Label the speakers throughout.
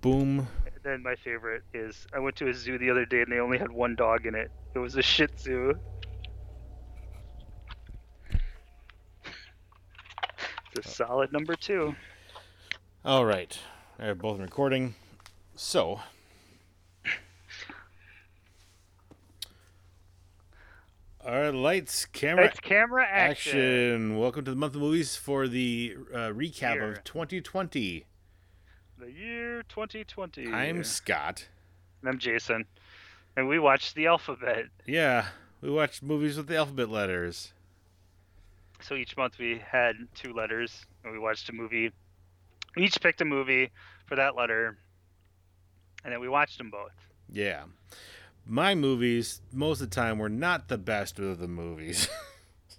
Speaker 1: Boom.
Speaker 2: And then my favorite is I went to a zoo the other day and they only had one dog in it. It was a Shih Tzu. It's a solid number two.
Speaker 1: All right. They're both recording. So, all right, lights, camera,
Speaker 2: It's camera
Speaker 1: action.
Speaker 2: action.
Speaker 1: Welcome to the month of movies for the uh, recap
Speaker 2: Here.
Speaker 1: of 2020.
Speaker 2: The year 2020.
Speaker 1: I'm Scott.
Speaker 2: And I'm Jason, and we watched the alphabet.
Speaker 1: Yeah, we watched movies with the alphabet letters.
Speaker 2: So each month we had two letters, and we watched a movie. We each picked a movie for that letter, and then we watched them both.
Speaker 1: Yeah. My movies, most of the time, were not the best of the movies.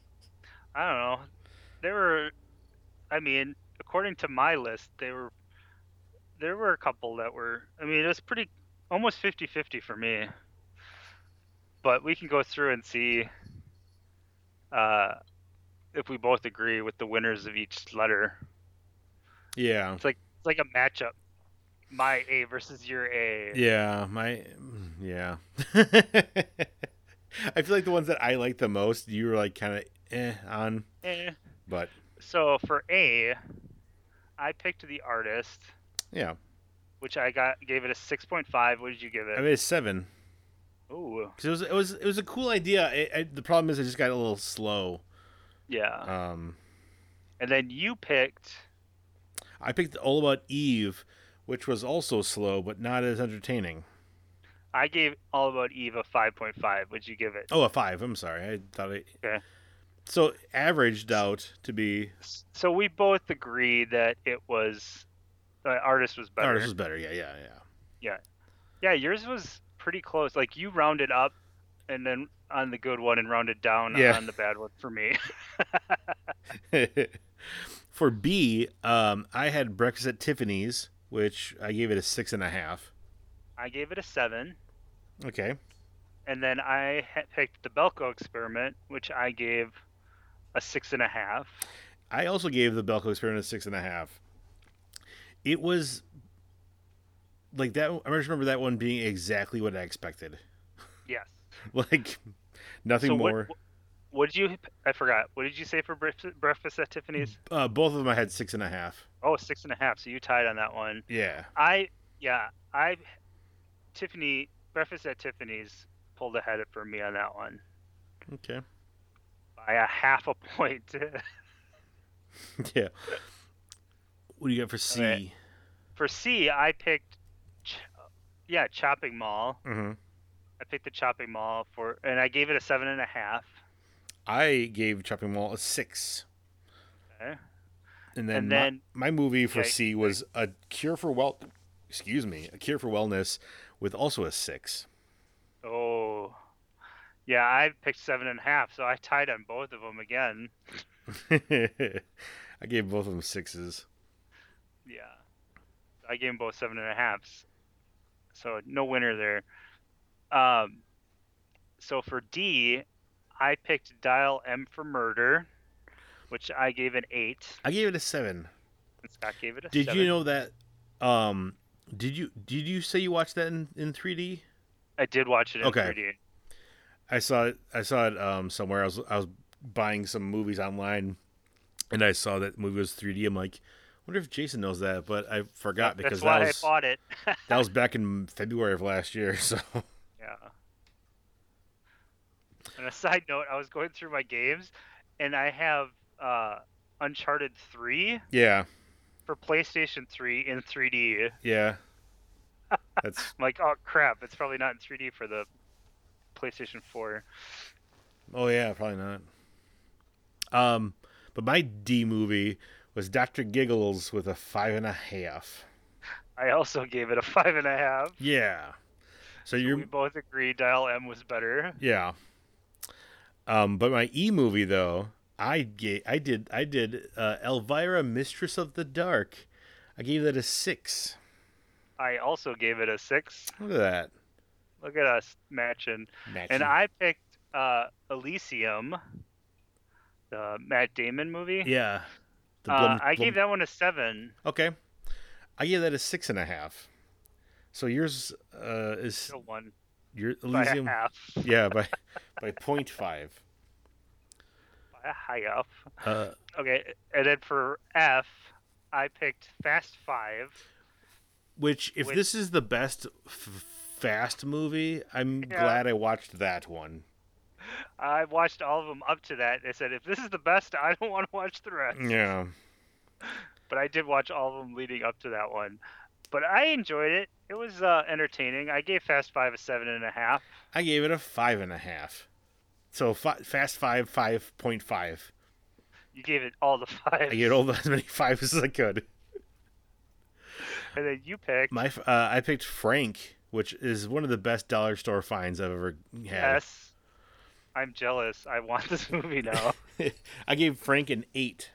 Speaker 2: I don't know. There were, I mean, according to my list, they were. There were a couple that were. I mean, it was pretty almost 50-50 for me. But we can go through and see uh, if we both agree with the winners of each letter.
Speaker 1: yeah.
Speaker 2: It's like a matchup. My A versus your A.
Speaker 1: Yeah, my yeah. I feel like the ones that I like the most, you were like kind of eh on,
Speaker 2: Eh.
Speaker 1: but
Speaker 2: So for A, I picked the artist,
Speaker 1: yeah,
Speaker 2: which I got gave it a six point five. What did you give
Speaker 1: I
Speaker 2: it?
Speaker 1: made a seven
Speaker 2: Ooh,
Speaker 1: because it was it was it was a cool idea. I I the problem is I just got a little slow.
Speaker 2: yeah.
Speaker 1: Um,
Speaker 2: And then you picked.
Speaker 1: I picked All About Eve, which was also slow but not as entertaining.
Speaker 2: I gave All About Eve a five point five. Would you give it?
Speaker 1: Oh, a five. I'm sorry, I thought I.
Speaker 2: Okay.
Speaker 1: So averaged out to be
Speaker 2: So we both agree that it was the artist was better.
Speaker 1: ours was better. Yeah, yeah, yeah.
Speaker 2: Yeah, yours was pretty close. Like you rounded up, and then on the good one, and rounded down
Speaker 1: Yeah.
Speaker 2: on the bad one for me.
Speaker 1: For B, um, I had breakfast at Tiffany's, which I gave it a six and a half.
Speaker 2: I gave it a seven.
Speaker 1: Okay.
Speaker 2: and then I ha- picked the Belko experiment, which I gave a six and a half.
Speaker 1: I also gave the Belko experiment a six and a half. It was like that. I just remember that one being exactly what I expected.
Speaker 2: Yes.
Speaker 1: Like nothing
Speaker 2: so
Speaker 1: more.
Speaker 2: What, what did you? I forgot. What did you say for breakfast, breakfast at Tiffany's?
Speaker 1: Uh, both of them I had six and a half.
Speaker 2: Oh, six and a half. So you tied on that one.
Speaker 1: Yeah.
Speaker 2: I yeah. I Tiffany breakfast at Tiffany's pulled ahead for me on that one
Speaker 1: Okay.
Speaker 2: by a half a point.
Speaker 1: yeah. What do you got for C?
Speaker 2: Okay. for C, I picked. Ch- yeah, chopping mall.
Speaker 1: Mm-hmm.
Speaker 2: I picked the chopping mall for, and I gave it a seven and a half.
Speaker 1: I gave Chopping Mall a six.
Speaker 2: Okay.
Speaker 1: And then,
Speaker 2: And
Speaker 1: my-
Speaker 2: then-
Speaker 1: my, movie for
Speaker 2: Okay.
Speaker 1: C was a cure for well, excuse me, a cure for wellness, with also a six.
Speaker 2: Oh, yeah, I picked seven and a half, so I tied on both of them again.
Speaker 1: I gave both of them sixes.
Speaker 2: Yeah, I gave them both seven and a halves, so no winner there. Um, so for D, I picked Dial M for Murder, which I gave an eight,
Speaker 1: I gave it a seven.
Speaker 2: and Scott gave it a
Speaker 1: Did
Speaker 2: seven.
Speaker 1: you know that? Um, did you did you say you watched that in in three D?
Speaker 2: I did watch it in
Speaker 1: Okay.
Speaker 2: 3D.
Speaker 1: I saw it. I saw it um somewhere. I was I was buying some movies online, and I saw that movie was three D. I'm like, I wonder if Jason knows that, but I forgot because
Speaker 2: That's why
Speaker 1: that was
Speaker 2: I bought it.
Speaker 1: that was back in February of last year. So
Speaker 2: Yeah. On a side note, I was going through my games, and I have uh, Uncharted 3
Speaker 1: yeah,
Speaker 2: for PlayStation 3 in 3D.
Speaker 1: yeah, that's
Speaker 2: I'm like, oh crap, it's probably not in 3D for the PlayStation 4.
Speaker 1: oh yeah, probably not. Um, but my D movie was Doctor Giggles with a five and a half.
Speaker 2: I also gave it a five and a half.
Speaker 1: Yeah, so
Speaker 2: So
Speaker 1: you're
Speaker 2: we both agree Dial M was better.
Speaker 1: yeah. Um, but my E movie though, I gave I did I did uh, Elvira, Mistress of the Dark. I gave that a six.
Speaker 2: I also gave it a six.
Speaker 1: Look at that.
Speaker 2: Look at us matching.
Speaker 1: Matching.
Speaker 2: And I picked uh, Elysium, the Matt Damon movie.
Speaker 1: yeah. The
Speaker 2: Uh,
Speaker 1: Blum-
Speaker 2: I
Speaker 1: Blum-
Speaker 2: gave that one a seven.
Speaker 1: Okay. I gave that a six and a half. So yours uh, is
Speaker 2: Still one
Speaker 1: your
Speaker 2: by a
Speaker 1: Elysium.
Speaker 2: half.
Speaker 1: Yeah, by by point five.
Speaker 2: By a half.
Speaker 1: Uh,
Speaker 2: Okay, and then for F, I picked Fast Five.
Speaker 1: which, if
Speaker 2: Which-
Speaker 1: this is the best f- fast movie, I'm
Speaker 2: Yeah.
Speaker 1: glad I watched that one.
Speaker 2: I watched all of them up to that. I said, if this is the best, I don't want to watch the rest.
Speaker 1: Yeah.
Speaker 2: But I did watch all of them leading up to that one. But I enjoyed it. It was uh, entertaining. I gave Fast Five a seven and a half.
Speaker 1: I gave it a five and a half. So fi- fast five, five point five.
Speaker 2: You gave it all the five.
Speaker 1: I gave all as many fives as I could.
Speaker 2: And then you picked
Speaker 1: My f- uh, I picked Frank, which is one of the best dollar store finds I've ever had.
Speaker 2: S. I'm jealous. I want this movie now.
Speaker 1: I gave Frank an eight.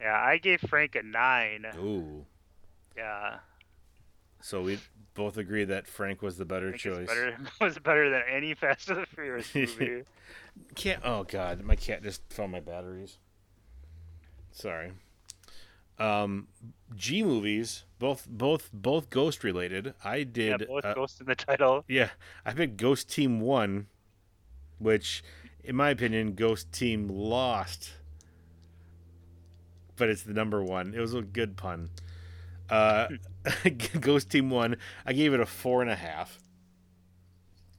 Speaker 2: yeah, I gave Frank a nine.
Speaker 1: Ooh.
Speaker 2: Yeah,
Speaker 1: So we both agree that Frank was the better
Speaker 2: I think it's
Speaker 1: choice.
Speaker 2: better. was better than any Fast and the Furious movie.
Speaker 1: Cat. Oh God, my cat just found my batteries. Sorry. Um, G movies, both both both ghost related. I
Speaker 2: yeah,
Speaker 1: did.
Speaker 2: both
Speaker 1: uh,
Speaker 2: Ghost in the title.
Speaker 1: Yeah, I picked Ghost Team One, which, in my opinion, Ghost Team lost. But it's the number one. It was a good pun. Uh, Ghost Team One. I gave it a four and a half.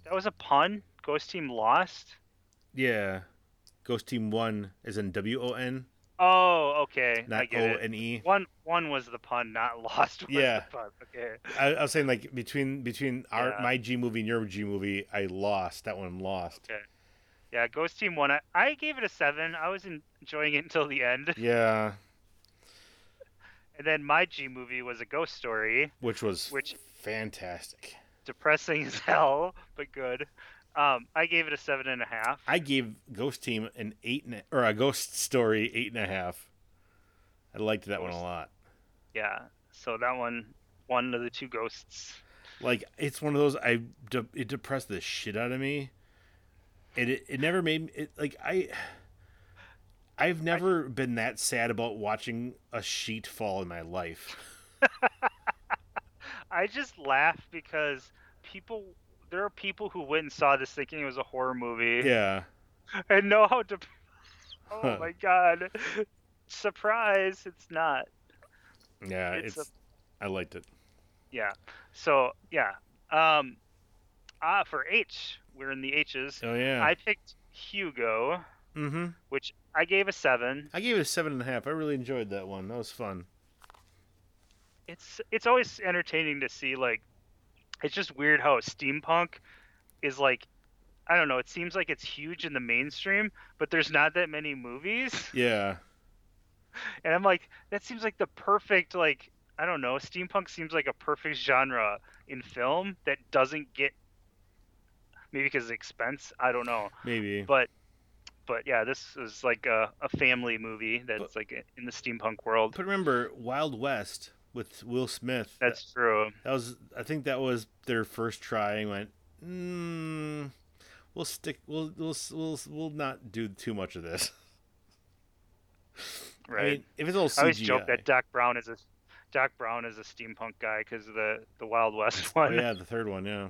Speaker 2: That was a pun. Ghost Team lost.
Speaker 1: Yeah, Ghost Team One is in W O N,
Speaker 2: Oh, okay. I
Speaker 1: not O
Speaker 2: get it.
Speaker 1: N E.
Speaker 2: One one was the pun, not lost was
Speaker 1: Yeah.
Speaker 2: the pun. Okay.
Speaker 1: I, I was saying like between between our
Speaker 2: Yeah.
Speaker 1: my G movie and your G movie, I lost that one. Lost.
Speaker 2: Okay. Yeah, Ghost Team one. I, I gave it a seven. I was en- enjoying it until the end.
Speaker 1: Yeah,
Speaker 2: And then my G movie was a ghost story.
Speaker 1: which was
Speaker 2: Which-
Speaker 1: fantastic.
Speaker 2: Depressing as hell, but good. Um, I gave it a seven and a half.
Speaker 1: I gave Ghost Team an eight and a, or a Ghost Story eight and a half. I liked that one a
Speaker 2: Ghost-
Speaker 1: lot.
Speaker 2: Yeah. So that one one of the two ghosts.
Speaker 1: Like it's one of those I de- it depressed the shit out of me, and it, it never made me- it like I. I've never been that sad about watching a sheet fall in my life.
Speaker 2: I just laugh because people there are people who went and saw this thinking it was a horror movie.
Speaker 1: Yeah,
Speaker 2: and know how to. Oh
Speaker 1: Huh.
Speaker 2: my god! Surprise! It's not.
Speaker 1: yeah,
Speaker 2: It's
Speaker 1: it's. I liked it.
Speaker 2: Yeah. So yeah. Um. Ah, for H, we're in the H's.
Speaker 1: Oh yeah.
Speaker 2: I picked Hugo,
Speaker 1: mm-hmm.
Speaker 2: which I gave a seven.
Speaker 1: I gave it a seven and a half. I really enjoyed that one. That was fun.
Speaker 2: It's it's always entertaining to see like, it's just weird how steampunk is like. I don't know. It seems like it's huge in the mainstream, but there's not that many movies.
Speaker 1: Yeah.
Speaker 2: and I'm like, that seems like the perfect like I don't know, steampunk seems like a perfect genre in film that doesn't get maybe because of expense, I don't know,
Speaker 1: Maybe.
Speaker 2: but but yeah, this is like a, a family movie that's
Speaker 1: But-
Speaker 2: like in the steampunk world.
Speaker 1: But remember, Wild West with Will Smith.
Speaker 2: That's true.
Speaker 1: That was, I think that was their first try and went, mm, we'll stick, we'll, we'll, we'll, we'll not do too much of this.
Speaker 2: Right.
Speaker 1: I mean, if it's all CGI.
Speaker 2: I always joke that Doc Brown is a Doc Brown is a steampunk guy because of the the Wild West
Speaker 1: Oh,
Speaker 2: one.
Speaker 1: yeah, the third one, yeah.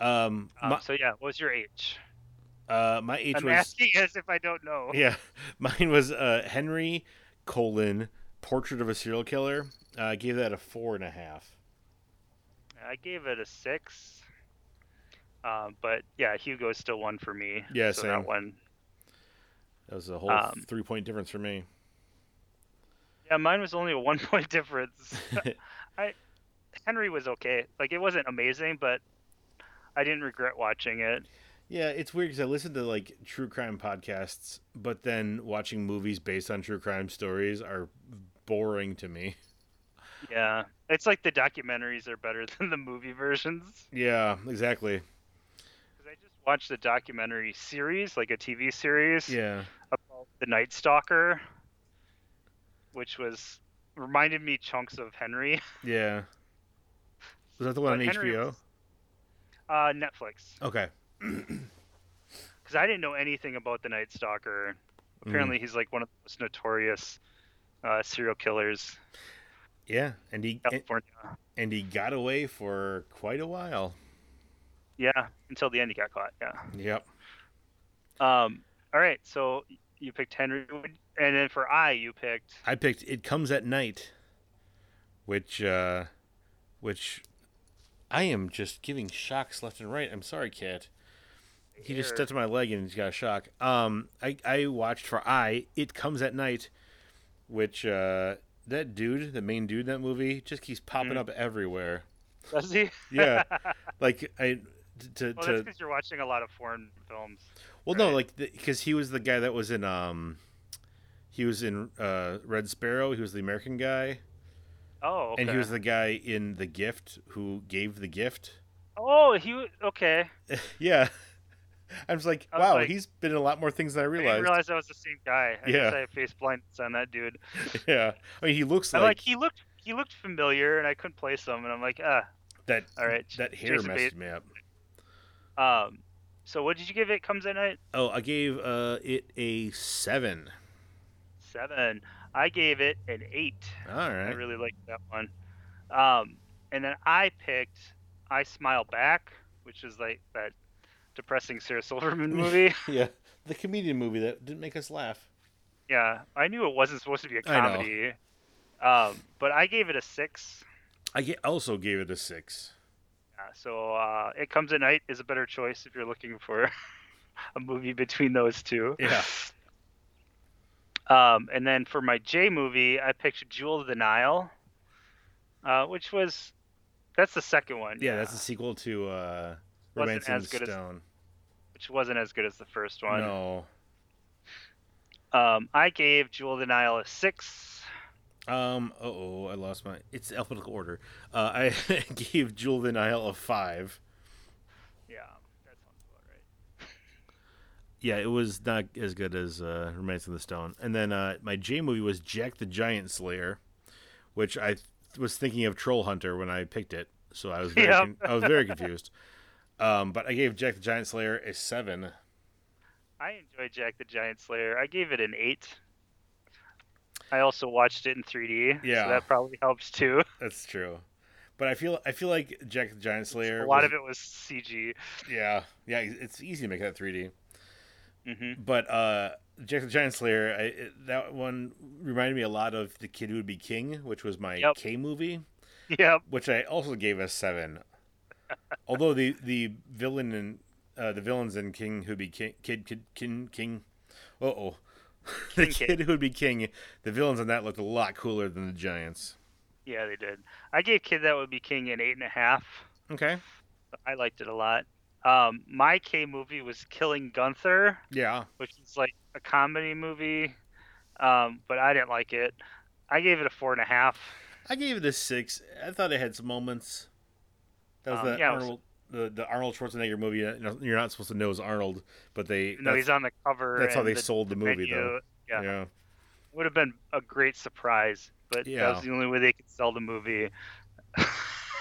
Speaker 1: Um,
Speaker 2: Um, so yeah, what was your H?
Speaker 1: my, uh, my H
Speaker 2: am
Speaker 1: was,
Speaker 2: asking as if I don't know.
Speaker 1: yeah, mine was, uh, Henry colon portrait of a serial killer. Uh, I gave that a four and a half.
Speaker 2: I gave it a six. Um, but yeah, Hugo's still one for me.
Speaker 1: Yeah,
Speaker 2: so
Speaker 1: same.
Speaker 2: that one.
Speaker 1: That was a whole
Speaker 2: Um,
Speaker 1: three point difference for me.
Speaker 2: Yeah, mine was only a one point difference. I Henry was okay. Like it wasn't amazing, but I didn't regret watching it.
Speaker 1: Yeah, it's weird because I listen to like true crime podcasts, but then watching movies based on true crime stories are boring to me.
Speaker 2: Yeah. It's like the documentaries are better than the movie versions.
Speaker 1: Yeah, exactly.
Speaker 2: 'Cause I just watched the documentary series, like a TV series
Speaker 1: Yeah,
Speaker 2: about the Night Stalker, which was reminded me chunks of Henry.
Speaker 1: Yeah. Was that the one
Speaker 2: But
Speaker 1: on
Speaker 2: Henry
Speaker 1: HBO?
Speaker 2: was- Uh, Netflix,
Speaker 1: Okay.
Speaker 2: because I didn't know anything about the Night Stalker.
Speaker 1: Mm.
Speaker 2: Apparently, he's like one of the most notorious uh, serial killers
Speaker 1: Yeah, and he
Speaker 2: in
Speaker 1: and,
Speaker 2: California.
Speaker 1: and he got away for quite a while.
Speaker 2: Yeah, until the end, he got caught. Yeah.
Speaker 1: Yep.
Speaker 2: Um. All right, so you picked Henry, and then for I, you picked.
Speaker 1: I picked It Comes at Night, which uh which I am just giving shocks left and right. I'm sorry, Cat. He just
Speaker 2: Here.
Speaker 1: stepped on my leg and he's got a shock. Um I I watched for I It Comes at Night, which uh that dude, the main dude in that movie, just keeps popping
Speaker 2: Mhm.
Speaker 1: up everywhere.
Speaker 2: Does he?
Speaker 1: Yeah. like I to,
Speaker 2: Well,
Speaker 1: to
Speaker 2: that's because you're watching a lot of foreign films.
Speaker 1: Well, no,
Speaker 2: Right.
Speaker 1: like because he was the guy that was in um, he was in uh Red Sparrow. He was the American guy,
Speaker 2: Oh, okay.
Speaker 1: and he was the guy in The Gift who gave the gift.
Speaker 2: Oh, he wa- okay.
Speaker 1: yeah, I was like,
Speaker 2: I was
Speaker 1: wow,
Speaker 2: like-
Speaker 1: he's been in a lot more things than I
Speaker 2: I didn't
Speaker 1: realized.
Speaker 2: realize that was the same guy. I guess
Speaker 1: Yeah.
Speaker 2: I have face blindness on that dude.
Speaker 1: yeah, I mean, he looks
Speaker 2: I'm
Speaker 1: like,
Speaker 2: like, he looked he looked familiar, and I couldn't place him, and I'm like, ah,
Speaker 1: that.
Speaker 2: all right.
Speaker 1: That hair
Speaker 2: Jason
Speaker 1: messed me up.
Speaker 2: Um, so what did you give it? Comes at night
Speaker 1: Oh, I gave uh it a seven.
Speaker 2: seven. I gave it an eight.
Speaker 1: All right.
Speaker 2: I really liked that one. Um, and then I picked I Smile Back, which is like that depressing Sarah Silverman movie.
Speaker 1: yeah, the comedian movie that didn't make us laugh.
Speaker 2: yeah, I knew it wasn't supposed to be a
Speaker 1: I know.
Speaker 2: comedy. Um, but I gave it a six.
Speaker 1: I ga- also gave it a six.
Speaker 2: Yeah, so uh, It Comes at Night is a better choice if you're looking for a movie between those two.
Speaker 1: Yeah.
Speaker 2: Um, and then for my J movie, I picked Jewel of the Nile, uh, which was that's the second one.
Speaker 1: Yeah, that's a sequel to uh,
Speaker 2: Wasn't
Speaker 1: Romance in
Speaker 2: as good as-
Speaker 1: Stone.
Speaker 2: which wasn't as good as the first one.
Speaker 1: No.
Speaker 2: Um, I gave Jewel of the Nile a six.
Speaker 1: Um. Uh oh, I lost my. It's alphabetical order. Uh, I gave Jewel of the Nile a five.
Speaker 2: Yeah, that sounds about right.
Speaker 1: Yeah, it was not as good as uh, Remains of the Stone. And then uh, my J movie was Jack the Giant Slayer, which I th- was thinking of Troll Hunter when I picked it, so I was very
Speaker 2: Yep.
Speaker 1: con- I was very confused. Um, but I gave Jack the Giant Slayer a seven.
Speaker 2: I enjoyed Jack the Giant Slayer. I gave it an eight. I also watched it in 3D.
Speaker 1: Yeah.
Speaker 2: so that probably helps too.
Speaker 1: That's true. But I feel I feel like Jack the Giant Slayer.
Speaker 2: a lot
Speaker 1: was-
Speaker 2: of it was CG.
Speaker 1: Yeah, yeah. It's easy to make that 3D.
Speaker 2: hmm
Speaker 1: But uh, Jack the Giant Slayer, I, it- that one reminded me a lot of The Kid Who Would Be King, which was my
Speaker 2: Yep.
Speaker 1: K movie,
Speaker 2: Yep.
Speaker 1: which I also gave a seven. Although the the villain and uh, the villains in King Who Be King Kid Kid King King, uh oh, the
Speaker 2: King Kid.
Speaker 1: Kid Who Would Be King, the villains on that looked a lot cooler than the Giants.
Speaker 2: Yeah, they did. I gave Kid That Would Be King an eight and a half.
Speaker 1: Okay.
Speaker 2: I liked it a lot. Um, my K movie was Killing Gunther,
Speaker 1: Yeah.
Speaker 2: which is like a comedy movie, um, but I didn't like it. I gave it a four and a half.
Speaker 1: I gave it a six. I thought it had some moments. That was
Speaker 2: Um,
Speaker 1: the
Speaker 2: yeah, it was-
Speaker 1: Arnold, the, the Arnold Schwarzenegger movie. that you know, You're not supposed to know is Arnold, but they
Speaker 2: Even though
Speaker 1: that's-
Speaker 2: he's on the cover.
Speaker 1: That's how
Speaker 2: and
Speaker 1: they sold the movie,
Speaker 2: menu.
Speaker 1: though.
Speaker 2: Yeah.
Speaker 1: Yeah.
Speaker 2: would have been a great surprise, but
Speaker 1: Yeah.
Speaker 2: that was the only way they could sell the movie.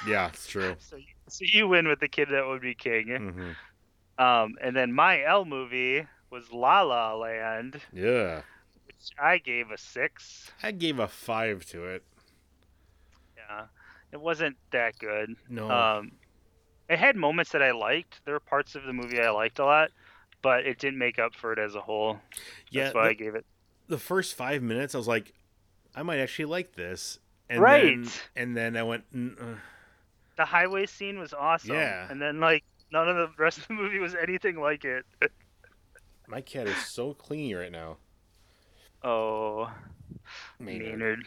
Speaker 1: Yeah, it's true.
Speaker 2: So, so you win with the Kid That Would Be King.
Speaker 1: hmm
Speaker 2: Um, and then my L movie was La La Land,
Speaker 1: Yeah.
Speaker 2: which I gave a six.
Speaker 1: I gave a five to it.
Speaker 2: Yeah, it wasn't that good.
Speaker 1: No.
Speaker 2: Um, it had moments that I liked. There were parts of the movie I liked a lot, but it didn't make up for it as a whole.
Speaker 1: yeah.
Speaker 2: That's why I
Speaker 1: The,
Speaker 2: gave it.
Speaker 1: the first five minutes, I was like, I might actually like this. And Then,
Speaker 2: Right.
Speaker 1: and then I went, "Mm, uh,
Speaker 2: The highway scene was awesome.
Speaker 1: Yeah.
Speaker 2: And then like none of the rest of the movie was anything like it.
Speaker 1: my cat is so clingy right now.
Speaker 2: Oh,
Speaker 1: Maynard.
Speaker 2: Maynard.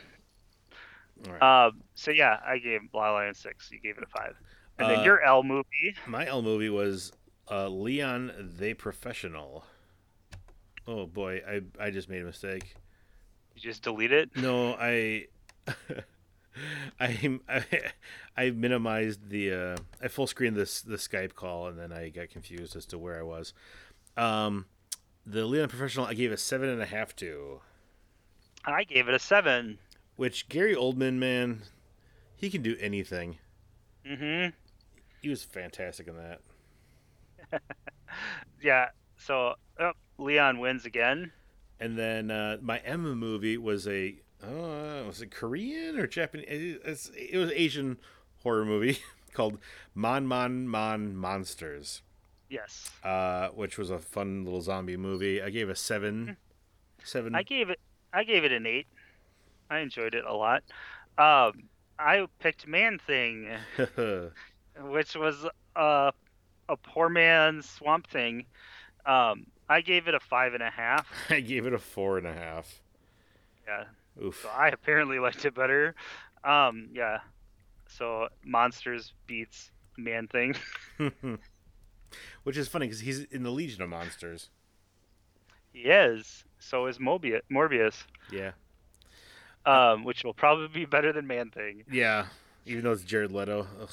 Speaker 1: All right.
Speaker 2: Um, so yeah, I gave La La Land six. You gave it a five. And
Speaker 1: Uh,
Speaker 2: then your L movie.
Speaker 1: My L movie was uh, Leon the Professional. Oh boy, I I just made a mistake.
Speaker 2: You just delete it.
Speaker 1: No, I, I, I, I minimized the, uh, I full screened this the Skype call, and then I got confused as to where I was. Um, the Leon Professional, I gave a seven and a half to.
Speaker 2: I gave it a seven.
Speaker 1: Which Gary Oldman, man, he can do anything.
Speaker 2: Mm-hmm.
Speaker 1: He was fantastic in that.
Speaker 2: Yeah. So oh, Leon wins again.
Speaker 1: And then uh, my Emma movie was a uh, was it Korean or Japanese? It's, it was Asian horror movie called Mon Mon Mon Monsters,
Speaker 2: Yes.
Speaker 1: uh, which was a fun little zombie movie. I gave a seven, seven.
Speaker 2: Hmm. I gave it. I gave it an eight. I enjoyed it a lot. Um, I picked Man Thing, which was a a poor man's Swamp Thing. Um, I gave it a five and a half.
Speaker 1: I gave it a four and a half.
Speaker 2: Yeah.
Speaker 1: Oof.
Speaker 2: So I apparently liked it better. Um, yeah. So Monsters beats Man Thing.
Speaker 1: Which is funny because he's in the Legion of Monsters.
Speaker 2: he is. So is Mobius. Morbius.
Speaker 1: Yeah.
Speaker 2: Um, which will probably be better than Man Thing.
Speaker 1: Yeah. Even though it's Jared Leto. Ugh.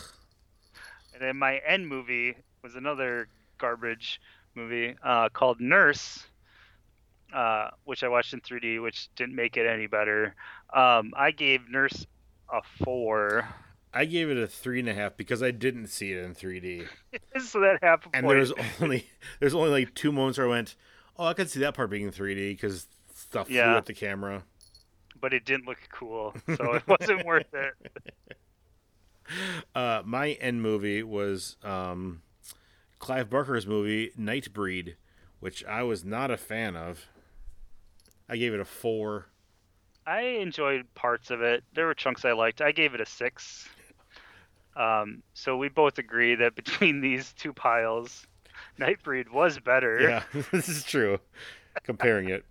Speaker 2: And then my end movie was another garbage movie uh, called Nurse, uh, which I watched in 3D, which didn't make it any better. Um, I gave Nurse a four,
Speaker 1: I gave it a three and a half because I didn't see it in 3D,
Speaker 2: so that half a point.
Speaker 1: and there was only there's only like two moments where I went, oh, I could see that part being in 3D because stuff flew
Speaker 2: Yeah.
Speaker 1: at the camera.
Speaker 2: But it didn't look cool, so it wasn't worth it.
Speaker 1: Uh, my end movie was um, Clive Barker's movie Nightbreed, which I was not a fan of. I gave it a four.
Speaker 2: I enjoyed parts of it. There were chunks I liked. I gave it a six. Um, so we both agree that between these two piles, Nightbreed was better.
Speaker 1: Yeah, this is true. Comparing it.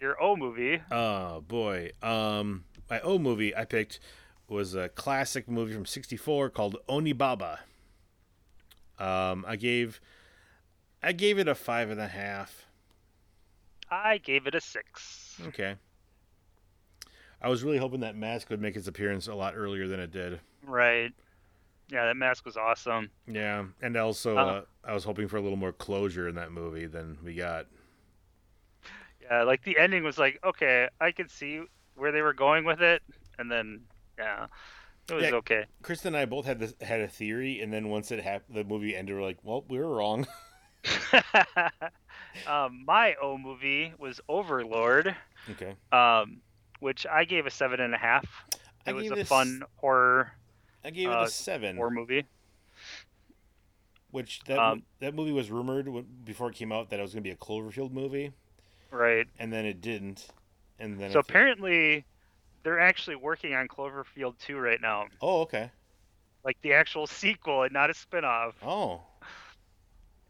Speaker 2: Your O movie.
Speaker 1: Oh boy. Um, my O movie I picked was a classic movie from '64 called Onibaba. Um, I gave, I gave it a five and a half.
Speaker 2: I gave it a six.
Speaker 1: Okay. I was really hoping that mask would make its appearance a lot earlier than it did.
Speaker 2: Right. Yeah, that mask was awesome.
Speaker 1: Yeah, and also
Speaker 2: Uh.
Speaker 1: uh, I was hoping for a little more closure in that movie than we got.
Speaker 2: Yeah, like the ending was like, okay, I could see where they were going with it, and then yeah, it was
Speaker 1: Yeah.
Speaker 2: okay.
Speaker 1: Kristen and I both had this, had a theory, and then once it happened, the movie ended. We're like, well, we were wrong.
Speaker 2: um, my O movie was Overlord,
Speaker 1: okay.
Speaker 2: um, which I gave a seven and a half. It
Speaker 1: I
Speaker 2: was
Speaker 1: gave
Speaker 2: a
Speaker 1: this-
Speaker 2: fun horror
Speaker 1: I gave it
Speaker 2: uh,
Speaker 1: a seven.
Speaker 2: horror movie.
Speaker 1: which that
Speaker 2: Um,
Speaker 1: that movie was rumored w- before it came out that it was going to be a Cloverfield movie,
Speaker 2: Right.
Speaker 1: and then it didn't, and then
Speaker 2: So
Speaker 1: it-
Speaker 2: apparently, they're actually working on Cloverfield 2 right now,
Speaker 1: oh okay
Speaker 2: like the actual sequel and not a spin-off.
Speaker 1: oh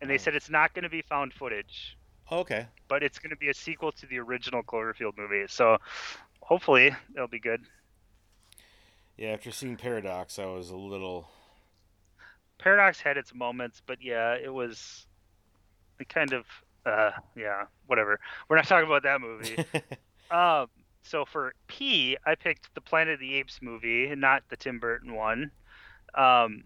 Speaker 2: And they said it's not going to be found footage.
Speaker 1: okay
Speaker 2: but it's going to be a sequel to the original Cloverfield movie. So hopefully it'll be good.
Speaker 1: yeah after seeing Paradox I was a little
Speaker 2: Paradox had its moments, but yeah, it was it kind of uh yeah, whatever. We're not talking about that movie. um so for P, I picked the Planet of the Apes movie, not the Tim Burton one. Um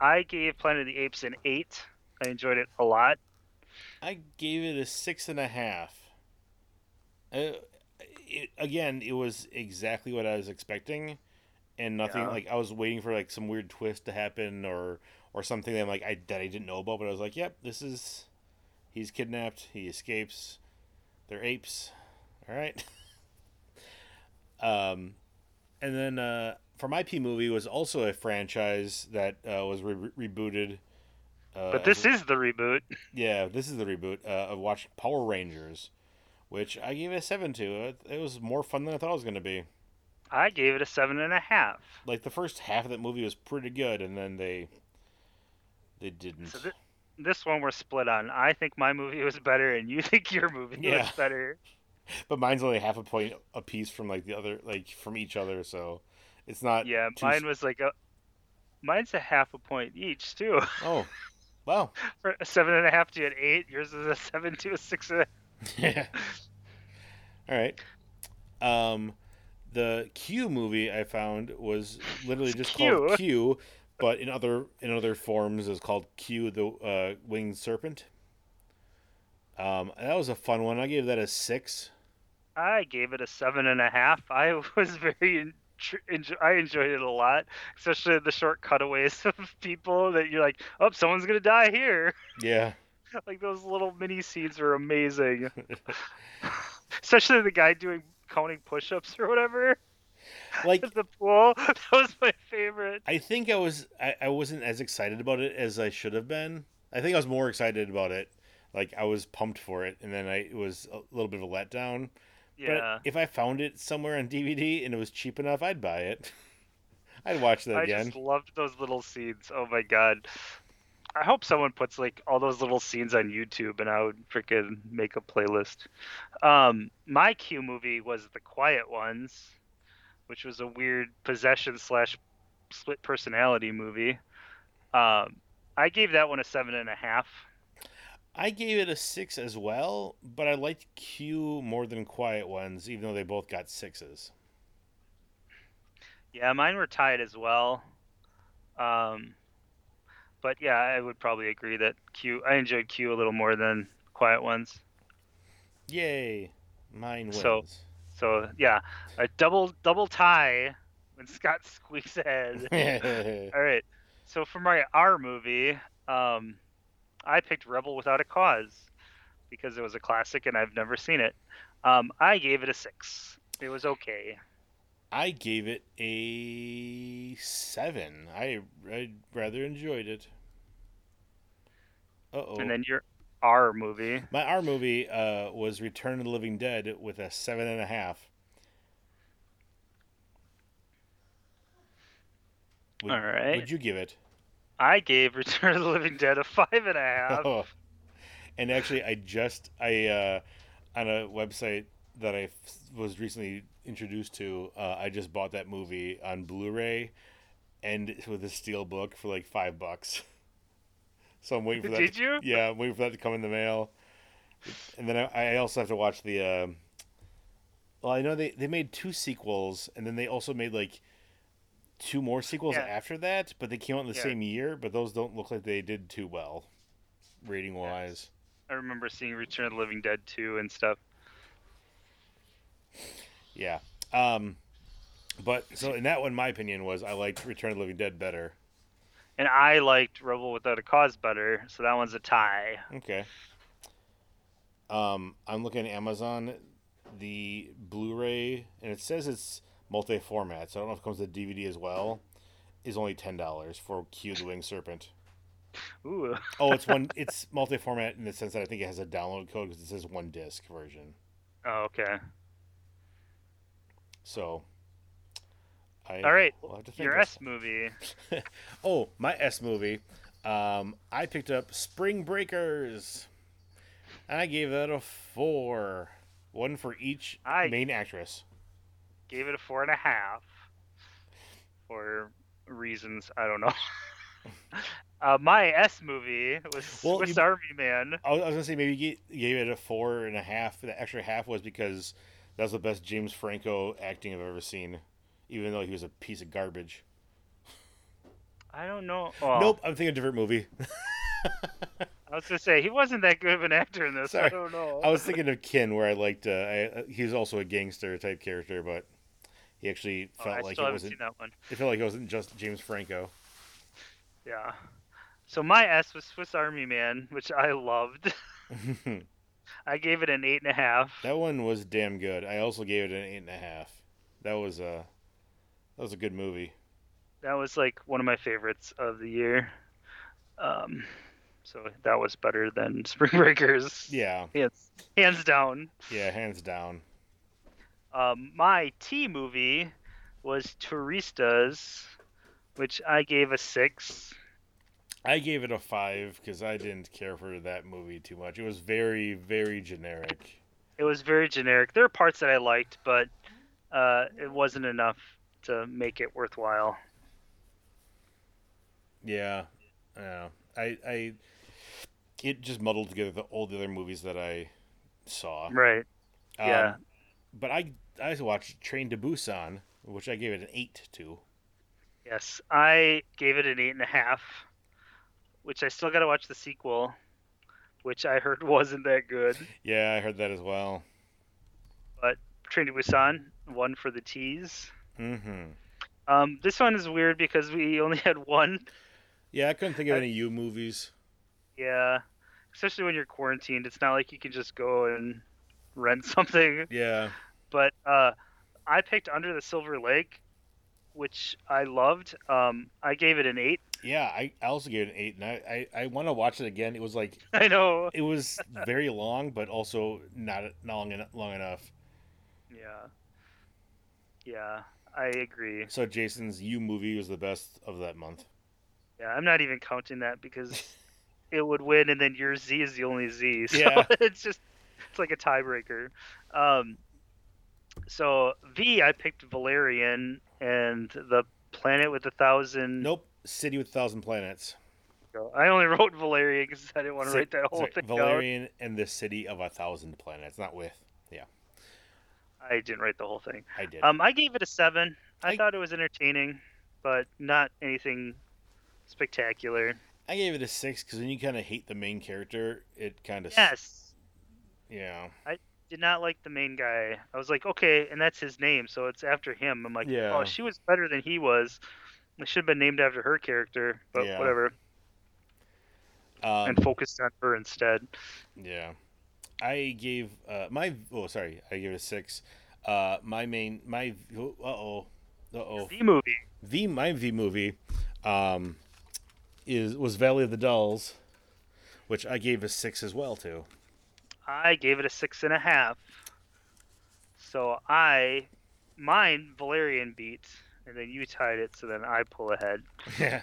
Speaker 2: I gave Planet of the Apes an 8. I enjoyed it a lot.
Speaker 1: I gave it a six and a half. Uh, it, again, it was exactly what I was expecting, and nothing
Speaker 2: Yeah.
Speaker 1: like I was waiting for like some weird twist to happen or or something that I'm like I that I didn't know about, but I was like, yep, this is he's kidnapped, he escapes, they're apes, all right. um, and then uh, for my P movie was also a franchise that uh, was re- re- rebooted. Uh,
Speaker 2: But this is the reboot.
Speaker 1: yeah, this is the reboot. Uh, I watched Power Rangers, which I gave a seven to. It, it was more fun than I thought it was going to be.
Speaker 2: I gave it a seven and a half.
Speaker 1: Like the first half of that movie was pretty good, and then they they didn't.
Speaker 2: So th- this one we're split on. I think my movie was better, and you think your movie
Speaker 1: Yeah.
Speaker 2: was better.
Speaker 1: but mine's only half a point a piece from like the other, like from each other. So it's not.
Speaker 2: Yeah,
Speaker 1: too s-
Speaker 2: mine was like a. Mine's a half a point each too.
Speaker 1: Oh, wow.
Speaker 2: For a seven and a half to an eight. Yours is a seven to a six. And a...
Speaker 1: Yeah. All right. Um, the Q movie I found was literally just called Q, but in other in other forms is called Q the uh, Winged Serpent. Um, that was a fun one. I gave that a six.
Speaker 2: I gave it a seven and a half. I was very, en- tr- enjo- I enjoyed it a lot, especially the short cutaways of people that you're like, oh, someone's gonna die here.
Speaker 1: Yeah.
Speaker 2: Like those little mini scenes were amazing, especially the guy doing counting push-ups or whatever
Speaker 1: Like
Speaker 2: at the pool. That was my favorite.
Speaker 1: I think I was I, I wasn't as excited about it as I should have been. I think I was more excited about it. Like I was pumped for it, and then I it was a little bit of a letdown.
Speaker 2: Yeah,
Speaker 1: But if I found it somewhere on DVD and it was cheap enough, I'd buy it. I'd watch that
Speaker 2: I
Speaker 1: again.
Speaker 2: just loved those little scenes. Oh my god. I hope someone puts like all those little scenes on YouTube and I would freaking make a playlist. Um, my Q movie was The Quiet Ones, which was a weird possession slash split personality movie. Um, I gave that one a seven and a half.
Speaker 1: I gave it a six as well, but I liked Q more than Quiet Ones, even though they both got sixes.
Speaker 2: Yeah, mine were tied as well. Um, but yeah, I would probably agree that Q. I enjoyed Q a little more than Quiet Ones.
Speaker 1: Yay, mine wins.
Speaker 2: So- So yeah, a double double tie when Scott squeaks ahead. All right. So for my R movie, um, I picked Rebel Without a Cause because it was a classic and I've never seen it. Um, I gave it a six. It was okay.
Speaker 1: I gave it a seven. I I rather enjoyed it. Uh oh.
Speaker 2: And then your R movie.
Speaker 1: My R movie uh, was Return of the Living Dead with a seven and a half. Would,
Speaker 2: All right.
Speaker 1: Would you give it?
Speaker 2: I gave Return of the Living Dead a five and a half.
Speaker 1: Oh. And actually, I just I uh, on a website that I f- was recently introduced to, uh, I just bought that movie on Blu-ray and with a steel book for like five bucks. So I'm waiting for that.
Speaker 2: Did
Speaker 1: to-
Speaker 2: you?
Speaker 1: Yeah, I'm waiting for that to come in the mail. And then I, I also have to watch the. Uh, well, I know they they made two sequels, and then they also made like two more sequels
Speaker 2: Yeah.
Speaker 1: after that, but they came out in the
Speaker 2: Yeah.
Speaker 1: same year. But those don't look like they did too well, rating wise.
Speaker 2: I remember seeing Return of the Living Dead 2 and stuff.
Speaker 1: Yeah. Um, but so in that one, my opinion was I liked Return of the Living Dead better.
Speaker 2: And I liked Rebel Without a Cause better, so that one's a tie.
Speaker 1: Okay. Um, I'm looking at Amazon, the Blu-ray, and it says it's multi-format, so I don't know if it comes with DVD as well. Is only ten dollars for Q the Winged Serpent.
Speaker 2: Ooh.
Speaker 1: Oh, it's one. it's multi-format in the sense that I think it has a download code because it says one disc version.
Speaker 2: Oh, okay.
Speaker 1: So. I,
Speaker 2: All right,
Speaker 1: will have to think
Speaker 2: Your
Speaker 1: about
Speaker 2: S movie.
Speaker 1: Oh, my S movie. Um, I picked up Spring Breakers, and I gave that a four, one for each
Speaker 2: I-
Speaker 1: main actress.
Speaker 2: Gave it a four and a half for reasons I don't know. uh, my S movie was
Speaker 1: Well,
Speaker 2: Swiss
Speaker 1: you-
Speaker 2: Army Man.
Speaker 1: I was, I was gonna say maybe you ga- gave it a four and a half. The extra half was because that was the best James Franco acting I've ever seen, even though he was a piece of garbage.
Speaker 2: I don't know. Well,
Speaker 1: Nope, I'm thinking a different movie.
Speaker 2: I was gonna say he wasn't that good of an actor in this.
Speaker 1: Sorry.
Speaker 2: I don't know.
Speaker 1: I was thinking of Kin, where I liked. Uh, I, he was also a gangster type character, but he actually
Speaker 2: Oh,
Speaker 1: felt
Speaker 2: I
Speaker 1: like
Speaker 2: still
Speaker 1: it
Speaker 2: haven't
Speaker 1: wasn't.
Speaker 2: seen that one.
Speaker 1: It felt like it wasn't just James Franco.
Speaker 2: Yeah. So my S was Swiss Army Man, which I loved. I gave it an eight and a half.
Speaker 1: That one was damn good. I also gave it an eight and a half. That was a that was a good movie.
Speaker 2: that was like one of my favorites of the year. Um, so that was better than Spring Breakers.
Speaker 1: Yeah,
Speaker 2: Hands, hands down.
Speaker 1: yeah, hands down.
Speaker 2: Um, my T movie was Touristas, which I gave a six.
Speaker 1: I gave it a five because I didn't care for that movie too much. It was very very generic.
Speaker 2: It was very generic. There are parts that I liked, but uh, it wasn't enough to make it worthwhile.
Speaker 1: Yeah, yeah. I I it just muddled together the, all the other movies that I saw.
Speaker 2: Right.
Speaker 1: Um,
Speaker 2: yeah.
Speaker 1: But I I watched Train to Busan, which I gave it an eight to.
Speaker 2: Yes. I gave it an eight and a half, which I still got to watch the sequel, which I heard wasn't that good.
Speaker 1: Yeah, I heard that as well.
Speaker 2: but Train to Busan won for the tease.
Speaker 1: Mm-hmm.
Speaker 2: Um, this one is weird because we only had one.
Speaker 1: Yeah, I couldn't think of any U movies.
Speaker 2: Yeah, especially when you're quarantined, it's not like you can just go and rent something.
Speaker 1: Yeah.
Speaker 2: But uh, I picked Under the Silver Lake, which I loved. Um, I gave it an eight.
Speaker 1: Yeah, I, I also gave it an eight, and I, I, I want to watch it again. It was like
Speaker 2: I know.
Speaker 1: it was very long, but also not not long en- long enough.
Speaker 2: Yeah. Yeah, I agree.
Speaker 1: So Jason's U movie was the best of that month.
Speaker 2: Yeah, I'm not even counting that because it would win, and then your Z is the only Z. So
Speaker 1: Yeah.
Speaker 2: it's just it's like a tiebreaker. Um, so V, I picked Valerian and the Planet with a Thousand.
Speaker 1: Nope, City with a Thousand Planets.
Speaker 2: I only wrote Valerian because I didn't want to
Speaker 1: Ci-
Speaker 2: write that whole
Speaker 1: sorry,
Speaker 2: thing down.
Speaker 1: Valerian and the City of a Thousand Planets. Not with. Yeah,
Speaker 2: I didn't write the whole thing.
Speaker 1: I did.
Speaker 2: Um, I gave it a seven. I,
Speaker 1: I-
Speaker 2: thought it was entertaining, but not anything spectacular.
Speaker 1: I gave it a six because when you kind of hate the main character, it kind of
Speaker 2: Yes,
Speaker 1: yeah
Speaker 2: did not like the main guy. I was like, okay, and that's his name, so it's after him. I'm like,
Speaker 1: Yeah.
Speaker 2: oh, she was better than he was. It should have been named after her character, but
Speaker 1: Yeah.
Speaker 2: whatever.
Speaker 1: um,
Speaker 2: and focused on her instead.
Speaker 1: yeah. I gave uh, my oh sorry I gave it a six. Uh, my main my uh oh uh oh
Speaker 2: The movie.
Speaker 1: the my V movie um, is was Valley of the Dolls, which I gave a six as well to.
Speaker 2: I gave it a six and a half. So I, mine Valerian beat, and then you tied it. So then I pull ahead.
Speaker 1: Yeah.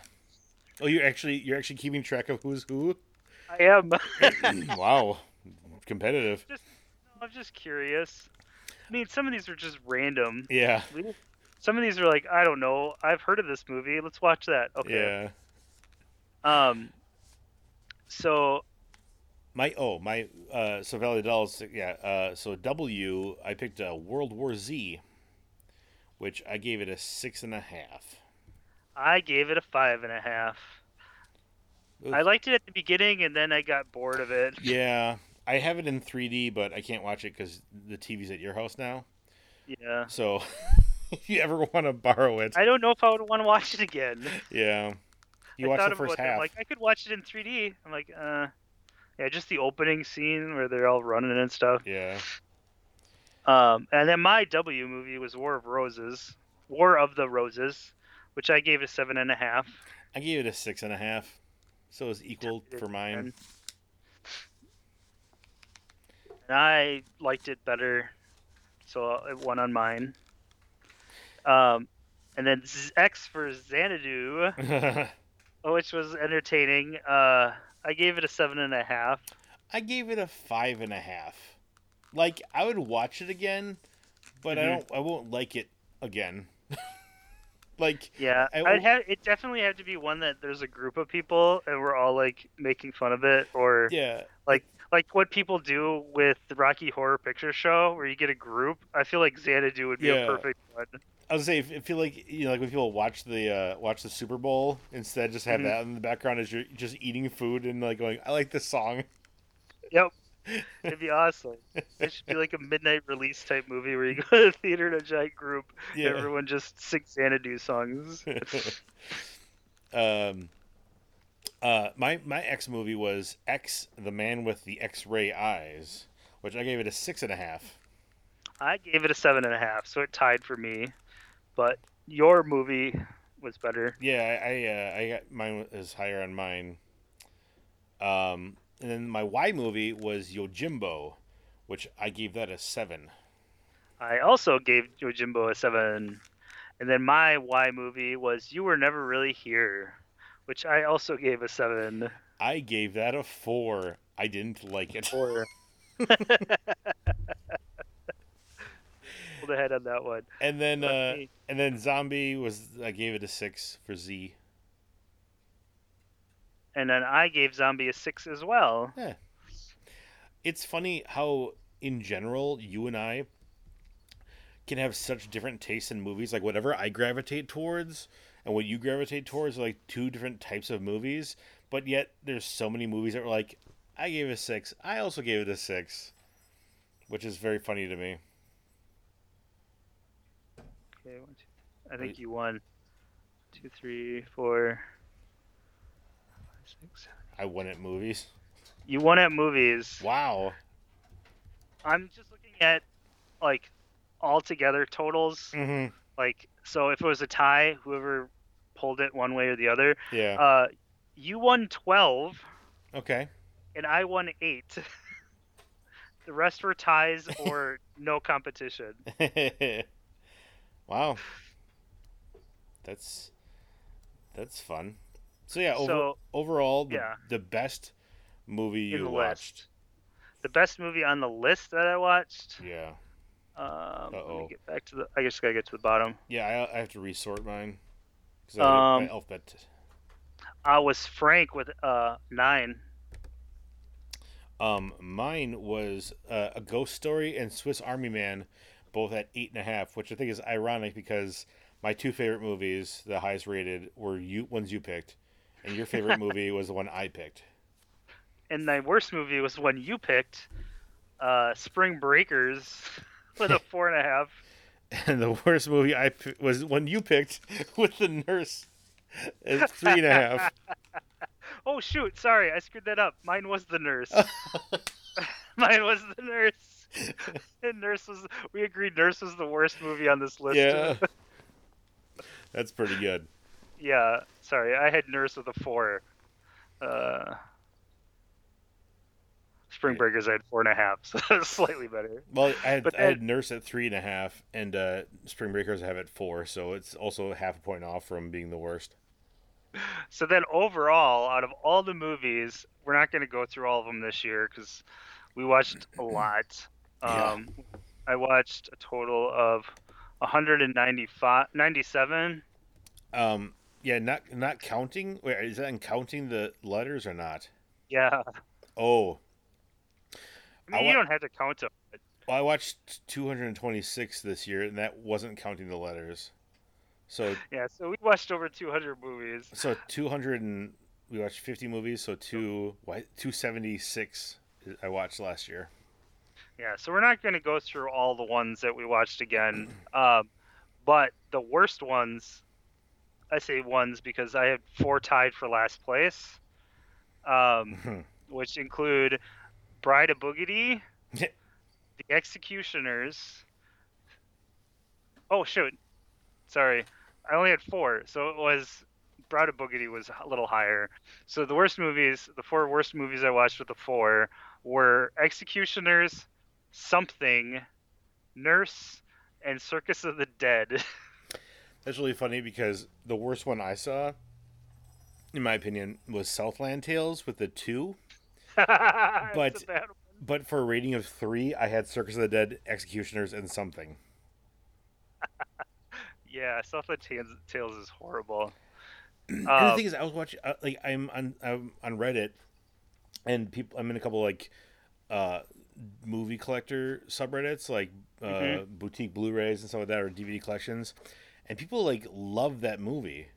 Speaker 1: Oh, you actually you're actually keeping track of who's who.
Speaker 2: I am.
Speaker 1: wow, competitive.
Speaker 2: I'm just curious. I mean, some of these are just random.
Speaker 1: Yeah.
Speaker 2: We didn't- Some of these are like, I don't know. I've heard of this movie. Let's watch that. Okay.
Speaker 1: Yeah.
Speaker 2: Um. So
Speaker 1: My oh my uh so Valley of the Dolls yeah uh so W I picked uh, World War Z, which I gave it a six and a half.
Speaker 2: I gave it a five and a half.
Speaker 1: Oof.
Speaker 2: I liked it at the beginning, and then I got bored of it.
Speaker 1: Yeah, I have it in 3D, but I can't watch it because the TV's at your house now.
Speaker 2: Yeah.
Speaker 1: So if you ever want to borrow it,
Speaker 2: I don't know if I would want to watch it again.
Speaker 1: yeah, you
Speaker 2: I
Speaker 1: watch
Speaker 2: thought
Speaker 1: the first
Speaker 2: about it. I'm
Speaker 1: half.
Speaker 2: like I could watch it in 3D. I'm like, uh, yeah, just the opening scene where they're all running and stuff.
Speaker 1: Yeah,
Speaker 2: Um, and then my W movie was War of Roses, War of the Roses, which I gave a seven and a half.
Speaker 1: I gave it a six and a half, so it's equal for mine.
Speaker 2: And I liked it better, so it won on mine. Um, and then Z- X for Xanadu,
Speaker 1: I
Speaker 2: oh, which was entertaining. Uh, I gave it a seven and a half.
Speaker 1: gave it a five and a half. Like I would watch it again, but I
Speaker 2: Mhm.
Speaker 1: don't. I won't like it again. like
Speaker 2: Yeah,
Speaker 1: I-
Speaker 2: I'd have it definitely had to be one that there's a group of people and we're all like making fun of it, or
Speaker 1: yeah,
Speaker 2: like what people do with the Rocky Horror Picture Show, where you get a group. I feel like Xanadu would be
Speaker 1: Yeah.
Speaker 2: a perfect one.
Speaker 1: I was say if, if you like you know like when people watch the uh, watch the Super Bowl instead, just have
Speaker 2: Mhm.
Speaker 1: that in the background as you're just eating food and like going, I like this song.
Speaker 2: It'd be awesome. It should be like a midnight release type movie where you go to the theater in a giant group, and
Speaker 1: Yeah.
Speaker 2: everyone just sings Xanadu songs.
Speaker 1: um, uh, my my ex movie was X, the man with the X ray eyes, which I gave it a six and a half.
Speaker 2: I gave it a seven and a half, so it tied for me. But your movie was better.
Speaker 1: Yeah, I I, uh, I got mine is higher on mine. Um, and then my Y movie was Yojimbo, which I gave that a seven.
Speaker 2: I also gave Yojimbo a seven. And then my Y movie was You Were Never Really Here, which I also gave a seven.
Speaker 1: I gave that a four. I didn't like it.
Speaker 2: Or pulled ahead on that one.
Speaker 1: And then uh,
Speaker 2: Let me-
Speaker 1: and then Zombie was I gave it a six for Z.
Speaker 2: and then I gave Zombie a six as well.
Speaker 1: it's funny how in general you and I can have such different tastes in movies. Like whatever I gravitate towards and what you gravitate towards are like two different types of movies, but yet there's so many movies that were like I gave it a 6. I also gave it a 6, which is very funny to me.
Speaker 2: Okay, one, two. I think
Speaker 1: Wait.
Speaker 2: you won. Two, three, four, five, six, seven.
Speaker 1: I won at movies.
Speaker 2: You won at movies.
Speaker 1: Wow.
Speaker 2: I'm just looking at like altogether totals.
Speaker 1: Mm-hmm.
Speaker 2: Like, so if it was a tie, whoever pulled it one way or the other.
Speaker 1: Yeah.
Speaker 2: Uh, you won twelve,
Speaker 1: okay.
Speaker 2: and I won eight. the rest were ties or no competition.
Speaker 1: wow. That's that's fun. So yeah, over,
Speaker 2: So-
Speaker 1: overall, the,
Speaker 2: yeah.
Speaker 1: the best movie
Speaker 2: in
Speaker 1: you
Speaker 2: the
Speaker 1: watched.
Speaker 2: list. The best movie on the list that I watched.
Speaker 1: Yeah.
Speaker 2: Um, let
Speaker 1: Uh-oh.
Speaker 2: me get back to the. I just gotta get to the bottom.
Speaker 1: Yeah, I, I have to resort mine because I um,
Speaker 2: Um,
Speaker 1: alphabet.
Speaker 2: I was Frank with uh nine.
Speaker 1: Um, mine was uh, a ghost story and Swiss Army Man, both at eight and a half, which I think is ironic because my two favorite movies, the highest rated, were you ones you picked, and your favorite movie was the one I picked.
Speaker 2: And my worst movie was one you picked, uh, Spring Breakers, with a four and a half.
Speaker 1: And the worst movie I p- was one you picked with the nurse. It's three and a half.
Speaker 2: Oh shoot! Sorry, I screwed that up. Mine was the nurse. Mine was the nurse. and nurse was. We agreed. Nurse was the worst movie on this list.
Speaker 1: yeah, that's pretty good.
Speaker 2: Yeah, sorry, I had Nurse with a four. Uh, Spring
Speaker 1: Yeah.
Speaker 2: Breakers, I had four and a half, so that's slightly better.
Speaker 1: Well, I had,
Speaker 2: But
Speaker 1: I had Nurse at three and a half, and uh, Spring Breakers I have at four, so it's also half a point off from being the worst.
Speaker 2: So then overall, out of all the movies, we're not going to go through all of them this year because we watched a lot.
Speaker 1: Mm-hmm. Yeah.
Speaker 2: Um, I watched a total of 195, 97.
Speaker 1: Um, yeah, not not counting. Wait, is that in counting the letters or not?
Speaker 2: Yeah,
Speaker 1: Oh,
Speaker 2: I mean,
Speaker 1: I
Speaker 2: you
Speaker 1: wa-
Speaker 2: don't have to count them.
Speaker 1: well, I watched 226 this year, and that wasn't counting the letters. So
Speaker 2: Yeah, so we watched over 200 movies.
Speaker 1: so 200 and we watched 50 movies. So two what 276 I watched last year.
Speaker 2: Yeah, so we're not going to go through all the ones that we watched again, um, but the worst ones, I say ones because I had four tied for last place, um, which include Bride of Boogity,
Speaker 1: Yeah.
Speaker 2: The Executioners. Oh shoot, sorry, I only had four, so it was Bride of Boogity was a little higher. So the worst movies, the four worst movies I watched with the four were Executioners, Something, Nurse, and Circus of the Dead.
Speaker 1: That's really funny because the worst one I saw, in my opinion, was Southland Tales with the two.
Speaker 2: but
Speaker 1: But for a rating of three, I had Circus of the Dead, Executioners, and something.
Speaker 2: yeah, Southland Tales, Tales is horrible.
Speaker 1: and the
Speaker 2: Um,
Speaker 1: thing is, I was watching uh, like I'm on I'm on Reddit, and people I'm in a couple like uh movie collector subreddits like uh, boutique Blu-rays and stuff like that or DVD collections, and people like love that movie,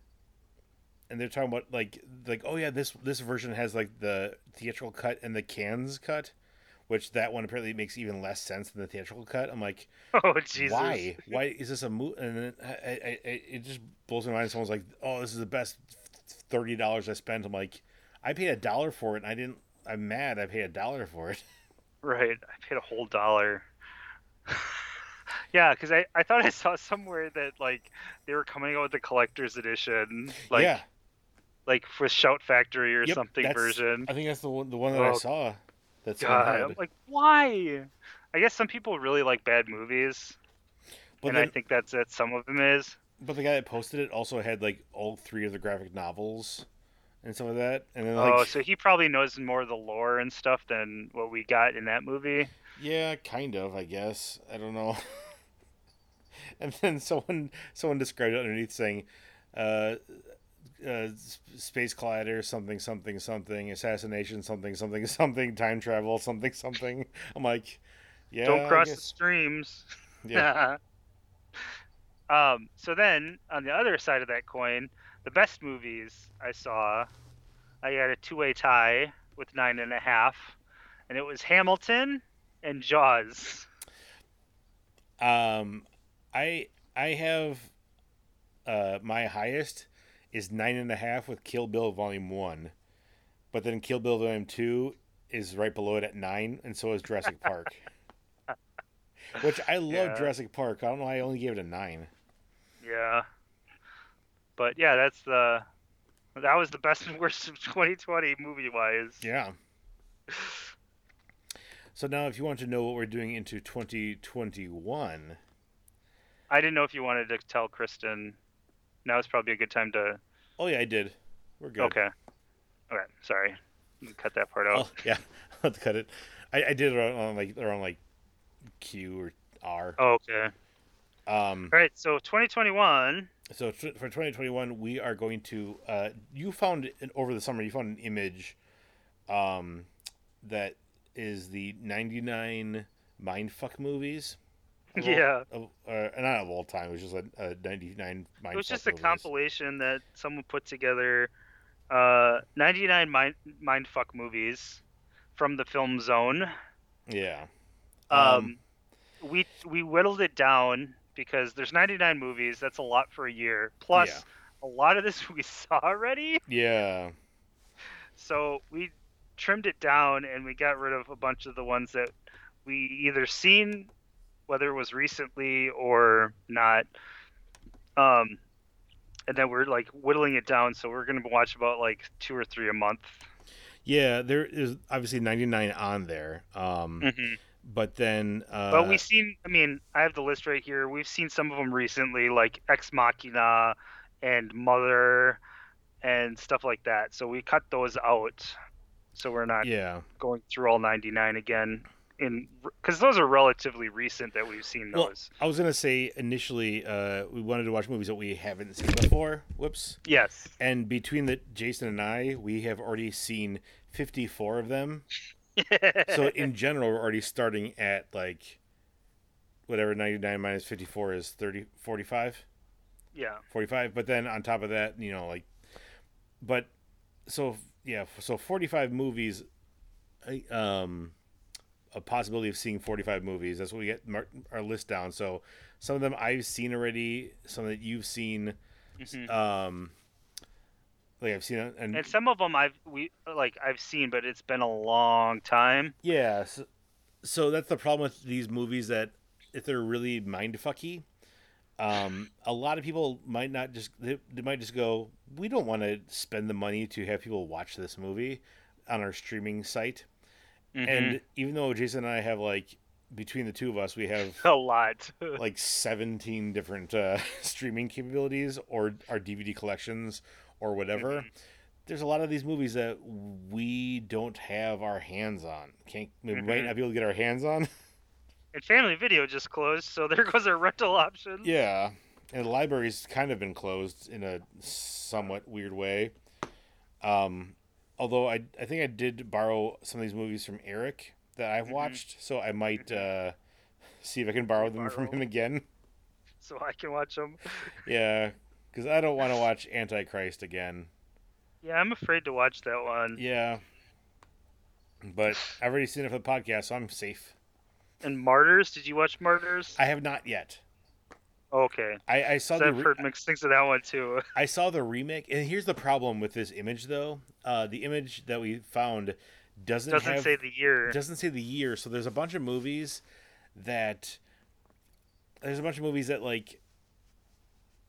Speaker 1: and they're talking about like like oh yeah this this version has like the theatrical cut and the cans cut, which that one apparently makes even less sense than the theatrical cut. I'm like
Speaker 2: oh Jesus!
Speaker 1: why? Why is this a movie? And then I, I, I, it just blows my mind. Someone's like, "Oh, this is the best thirty dollars I spent." I'm like, I paid a dollar for it, and I didn't. I'm mad. I paid a dollar for it.
Speaker 2: Right, I paid a whole dollar. yeah, because I, I thought I saw somewhere that like they were coming out with the collector's edition, like
Speaker 1: yeah,
Speaker 2: like for Shout Factory or
Speaker 1: Yep,
Speaker 2: something
Speaker 1: that's-
Speaker 2: version.
Speaker 1: I think that's the one, the one that I
Speaker 2: Oh,
Speaker 1: saw. That's
Speaker 2: God, I'm like, why? I guess some people really like bad movies,
Speaker 1: but
Speaker 2: and I
Speaker 1: then,
Speaker 2: think that's that some of them is.
Speaker 1: but the guy that posted it also had like all three of the graphic novels and some of that, and then like
Speaker 2: oh, so he probably knows more of the lore and stuff than what we got in that movie.
Speaker 1: Yeah, kind of, I guess. I don't know. and then someone someone described it underneath saying, uh, uh, s- space collider, something, something, something, assassination, something, something, something, time travel, something, something. I'm like, yeah. I
Speaker 2: Don't cross the
Speaker 1: guess-
Speaker 2: streams.
Speaker 1: Yeah.
Speaker 2: um, so then, on the other side of that coin, the best movies I saw, I got a two-way tie with nine and a half, and it was Hamilton and Jaws.
Speaker 1: Um, I I have uh my highest is nine and a half with Kill Bill Volume One, but then Kill Bill Volume Two is right below it at nine, and so is Jurassic Park. Which I love
Speaker 2: Yeah.
Speaker 1: Jurassic Park. I don't know. why I only gave it a nine.
Speaker 2: Yeah. But yeah, that's the that was the best and worst of 2020 movie wise.
Speaker 1: Yeah. So now, if you want to know what we're doing into 2021,
Speaker 2: I didn't know if you wanted to tell Kristen. Now is probably a good time to.
Speaker 1: oh yeah, I did. We're good.
Speaker 2: Okay. Okay. Sorry. You Cut that part
Speaker 1: Oh
Speaker 2: out.
Speaker 1: yeah, let's cut it. I, I did it on, on like around like Q or R.
Speaker 2: Oh, okay.
Speaker 1: Um.
Speaker 2: All right. So 2021.
Speaker 1: So tr- for 2021, we are going to. Uh, you found an, over the summer. You found an image, um, that is the 99 mindfuck movies.
Speaker 2: Oh,
Speaker 1: of all-
Speaker 2: Yeah.
Speaker 1: Of, uh, not of all time. It was just a, a 99 mindfuck.
Speaker 2: It was just a
Speaker 1: movies.
Speaker 2: compilation that someone put together. Uh, 99 mind mindfuck movies from the film zone.
Speaker 1: Yeah.
Speaker 2: Um, we we whittled it down because there's 99 movies. That's a lot for a year. Plus, a lot of this we saw already.
Speaker 1: Yeah.
Speaker 2: So we trimmed it down and we got rid of a bunch of the ones that we either seen, whether it was recently or not. Um, and then we're like whittling it down. So we're gonna watch about like two or three a month.
Speaker 1: Yeah. There is obviously 99 on there. Um, but then. Uh,
Speaker 2: Mm. But we've seen, I mean, I have the list right here. We've seen some of them recently, like Ex Machina and Mother and stuff like that. So we cut those out. So we're not
Speaker 1: Yeah.
Speaker 2: going through all 99 again. in Because those are relatively recent that we've seen
Speaker 1: Well-
Speaker 2: those.
Speaker 1: I was gonna say initially, uh, we wanted to watch movies that we haven't seen before. Whoops.
Speaker 2: yes.
Speaker 1: And between the Jason and I, we have already seen 54 of them. So in general, we're already starting at like whatever 99 minus 54 is 30 45,
Speaker 2: yeah.
Speaker 1: 45, but then on top of that, you know, like but so yeah, so 45 movies I- um a possibility of seeing 45 movies. That's what we get mar- our list down. So some of them I've seen already, some that you've seen
Speaker 2: Mhm.
Speaker 1: um like I've seen it and
Speaker 2: And some of them I've we like I've seen, but it's been a long time.
Speaker 1: Yeah, so, so that's the problem with these movies that if they're really mindfucky, um, a lot of people might not just they, they might just go, we don't want to spend the money to have people watch this movie on our streaming site.
Speaker 2: Mhm.
Speaker 1: And even though Jason and I have like between the two of us, we have
Speaker 2: a lot.
Speaker 1: like 17 different uh, streaming capabilities or our DVD collections or whatever. There's a lot of these movies that we don't have our hands on. Can't we might
Speaker 2: Mhm.
Speaker 1: not be able to get our hands on.
Speaker 2: and Family Video just closed, so there goes our rental option.
Speaker 1: yeah, and the library's kind of been closed in a somewhat weird way. Um, although I I think I did borrow some of these movies from Eric that I've
Speaker 2: Mhm.
Speaker 1: watched, so I might uh, see if I can borrow them from
Speaker 2: Borrow.
Speaker 1: him again.
Speaker 2: so I can watch them.
Speaker 1: Yeah, because I don't want to watch Antichrist again.
Speaker 2: Yeah, I'm afraid to watch that one.
Speaker 1: Yeah, but I've already seen it for the podcast, so I'm safe.
Speaker 2: And Martyrs, did you watch Martyrs?
Speaker 1: I have not yet.
Speaker 2: okay,
Speaker 1: I, I saw
Speaker 2: 'Cause
Speaker 1: the
Speaker 2: I've
Speaker 1: re-
Speaker 2: heard mixed things of that one too.
Speaker 1: I saw the remake, and here's the problem with this image though. Uh, the image that we found doesn't
Speaker 2: Doesn't
Speaker 1: have,
Speaker 2: say the year.
Speaker 1: doesn't say the year. So there's a bunch of movies that there's a bunch of movies that like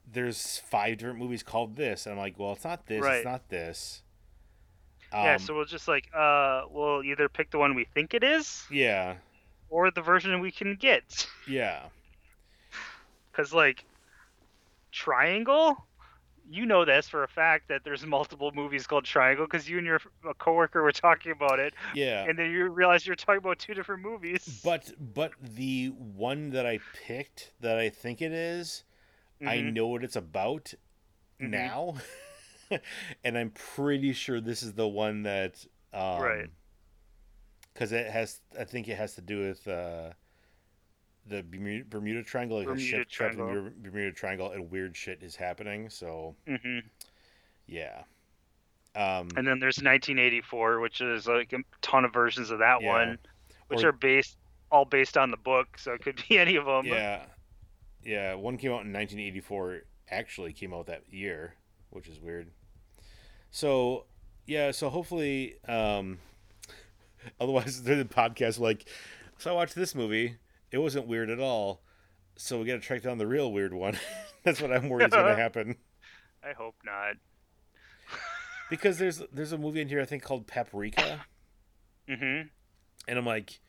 Speaker 1: there's five different movies called this, and I'm like, well, it's not this,
Speaker 2: Right.
Speaker 1: it's not this.
Speaker 2: yeah,
Speaker 1: Um,
Speaker 2: so we'll just like uh, we'll either pick the one we think it is
Speaker 1: yeah,
Speaker 2: or the version we can get.
Speaker 1: yeah.
Speaker 2: Cause like Triangle, you know this for a fact that there's multiple movies called Triangle because you and your f- coworker were talking about it,
Speaker 1: Yeah.
Speaker 2: and then you realize you're talking about two different movies.
Speaker 1: But but the one that I picked that I think it is, I
Speaker 2: Mhm.
Speaker 1: know what it's about
Speaker 2: Mhm.
Speaker 1: now. and I'm pretty sure this is the one that um
Speaker 2: Right.
Speaker 1: Cuz it has I think it has to do with uh the Bermuda, Bermuda Triangle, like
Speaker 2: Bermuda
Speaker 1: a ship trapped in the
Speaker 2: Triangle.
Speaker 1: Bermu- Bermuda Triangle, and weird shit is happening. So
Speaker 2: hmm
Speaker 1: yeah, um,
Speaker 2: And then there's 1984, which is like a ton of versions of that
Speaker 1: Yeah.
Speaker 2: one, which
Speaker 1: Or-
Speaker 2: are based all based on the book, so it could be any of them.
Speaker 1: yeah, yeah, one came out in 1984. Actually, came out that year, which is weird. So yeah, so hopefully, um, otherwise the podcast like, so I watched this movie. It wasn't weird at all. So we got to track down the real weird one. That's what I'm worried is going to happen
Speaker 2: I hope not.
Speaker 1: because there's there's a movie in here I think called Paprika,
Speaker 2: Mm-hmm.
Speaker 1: and I'm like,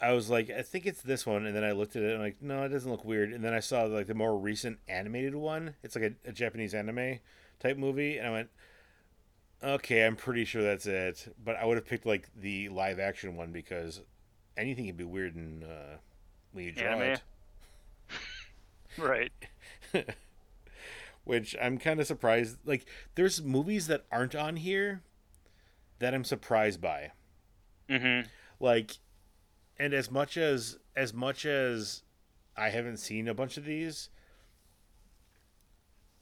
Speaker 1: I was like, I think it's this one, and then I looked at it and I'm like, no, it doesn't look weird, and then I saw like the more recent animated one. It's like a, a Japanese anime type movie, and I went, okay, I'm pretty sure that's it. But I would have picked like the live action one because anything can be weird in uh, when you draw
Speaker 2: Anime.
Speaker 1: it.
Speaker 2: Right.
Speaker 1: which I'm kind of surprised. Like, there's movies that aren't on here that I'm surprised by.
Speaker 2: Mm-hmm.
Speaker 1: Like, and as much as as much as I haven't seen a bunch of these,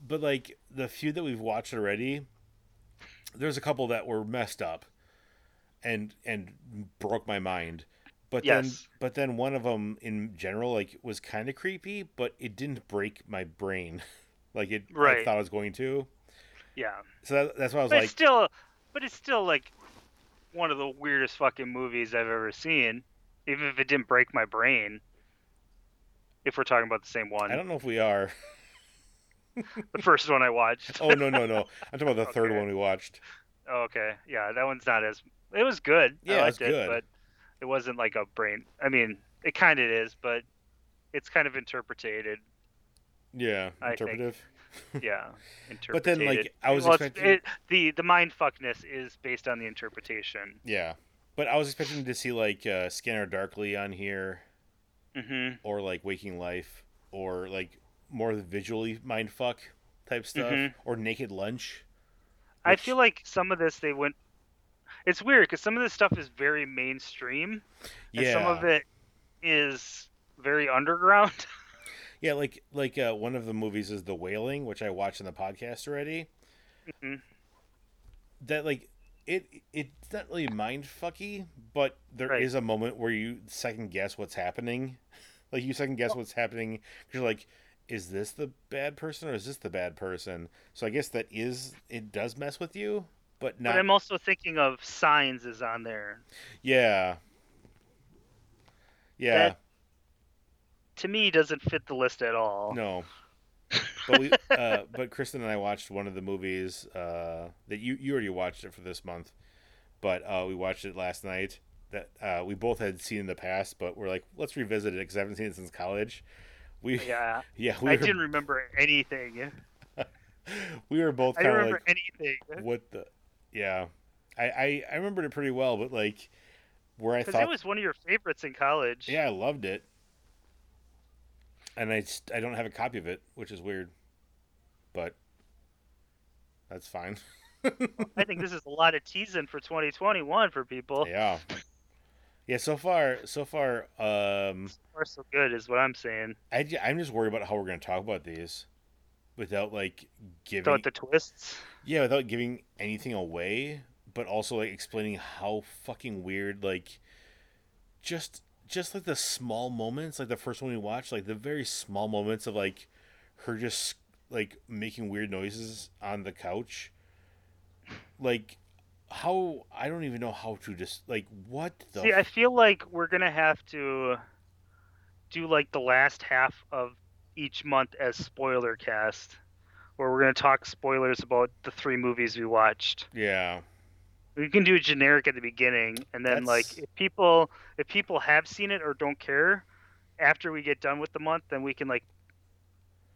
Speaker 1: but like the few that we've watched already, there's a couple that were messed up, and and broke my mind. But then,
Speaker 2: Yes.
Speaker 1: but then one of them in general like was kind of creepy, but it didn't break my brain, like it I
Speaker 2: Right.
Speaker 1: thought it was going to.
Speaker 2: Yeah.
Speaker 1: So that, that's why I was
Speaker 2: But
Speaker 1: like,
Speaker 2: it's still, but it's still like one of the weirdest fucking movies I've ever seen. Even if it didn't break my brain. If we're talking about the same one,
Speaker 1: I don't know if we are.
Speaker 2: the first one I watched.
Speaker 1: Oh no, no, no! I'm talking about the third
Speaker 2: Okay.
Speaker 1: one we watched.
Speaker 2: Oh, okay, yeah, that one's not as. It was good.
Speaker 1: Yeah,
Speaker 2: I
Speaker 1: it's
Speaker 2: liked
Speaker 1: good.
Speaker 2: it, but it wasn't like a brain. I mean, it kind of is, but it's kind of interpreted.
Speaker 1: Yeah,
Speaker 2: I think.
Speaker 1: interpretive.
Speaker 2: Yeah, interpreted.
Speaker 1: But then, like, I was
Speaker 2: well, it's-
Speaker 1: expecting.
Speaker 2: it, the the mind fuckness is based on the interpretation.
Speaker 1: Yeah, but I was expecting to see like uh, Scanner Darkly on here,
Speaker 2: hmm
Speaker 1: or like Waking Life, or like more visually mindfuck type stuff,
Speaker 2: Mhm.
Speaker 1: or Naked Lunch.
Speaker 2: I
Speaker 1: which-
Speaker 2: feel like some of this they went. It's weird because some of this stuff is very mainstream, and
Speaker 1: yeah,
Speaker 2: some of it is very underground.
Speaker 1: yeah, like like uh, one of the movies is The Wailing, which I watched in the podcast already.
Speaker 2: Mhm.
Speaker 1: That like it it's not really mind fucky, but there is
Speaker 2: Right.
Speaker 1: a moment where you second guess what's happening. Like you second guess what's happening 'cause you're like, is this the bad person or is this the bad person? So I guess that is it does mess with you, but not
Speaker 2: But I'm also thinking of signs is on there.
Speaker 1: yeah. Yeah.
Speaker 2: That- To me, doesn't fit the list at all.
Speaker 1: No. but we, uh, but Kristen and I watched one of the movies uh, that you you already watched it for this month, but uh, we watched it last night that uh, we both had seen in the past, but we're like, let's revisit it because I haven't seen it since college. We yeah,
Speaker 2: Yeah,
Speaker 1: we,
Speaker 2: I
Speaker 1: were,
Speaker 2: didn't remember anything.
Speaker 1: we were both
Speaker 2: I didn't
Speaker 1: kind of
Speaker 2: remember
Speaker 1: like,
Speaker 2: anything
Speaker 1: what the, yeah, I, I I remembered it pretty well, but like where I
Speaker 2: because
Speaker 1: thought
Speaker 2: it was one of your favorites in college.
Speaker 1: Yeah, I loved it. And I, st- I don't have a copy of it, which is weird. But that's fine.
Speaker 2: I think this is a lot of teasing for 2021 for people.
Speaker 1: yeah. Yeah, so far so far um
Speaker 2: Or so good is what I'm saying.
Speaker 1: I j- I'm just worried about how we're going to talk about these without like giving
Speaker 2: Thought the twists.
Speaker 1: Yeah, without giving anything away, but also like explaining how fucking weird like just just like the small moments, like the first one we watched, like the very small moments of like her just like making weird noises on the couch. Like how I don't even know how to just like what the
Speaker 2: See, I
Speaker 1: f-
Speaker 2: feel like we're gonna have to do like the last half of each month as spoiler cast, where we're gonna talk spoilers about the three movies we watched.
Speaker 1: yeah.
Speaker 2: We can do a generic at the beginning, and then like
Speaker 1: That's-
Speaker 2: if people if people have seen it or don't care, after we get done with the month, then we can like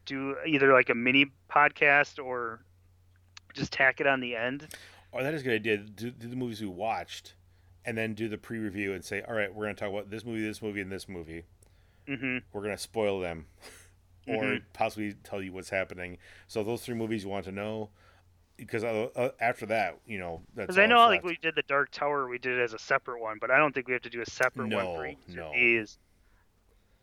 Speaker 2: do either like a mini podcast or just tack it on the end.
Speaker 1: Oh, that is a good idea. Do, do the movies we watched and then do the pre-review and say, "All right, we're going to talk about this movie, this movie and this movie."
Speaker 2: hmm
Speaker 1: we're gonna spoil them or
Speaker 2: Mhm.
Speaker 1: possibly tell you what's happening so those three movies you want to know because uh, uh, after that you know that's
Speaker 2: Because I
Speaker 1: all
Speaker 2: know,
Speaker 1: that's
Speaker 2: like
Speaker 1: left.
Speaker 2: we did the Dark Tower, we did it as a separate one, but I don't think we have to do a separate one
Speaker 1: No,
Speaker 2: for each
Speaker 1: no.
Speaker 2: of these.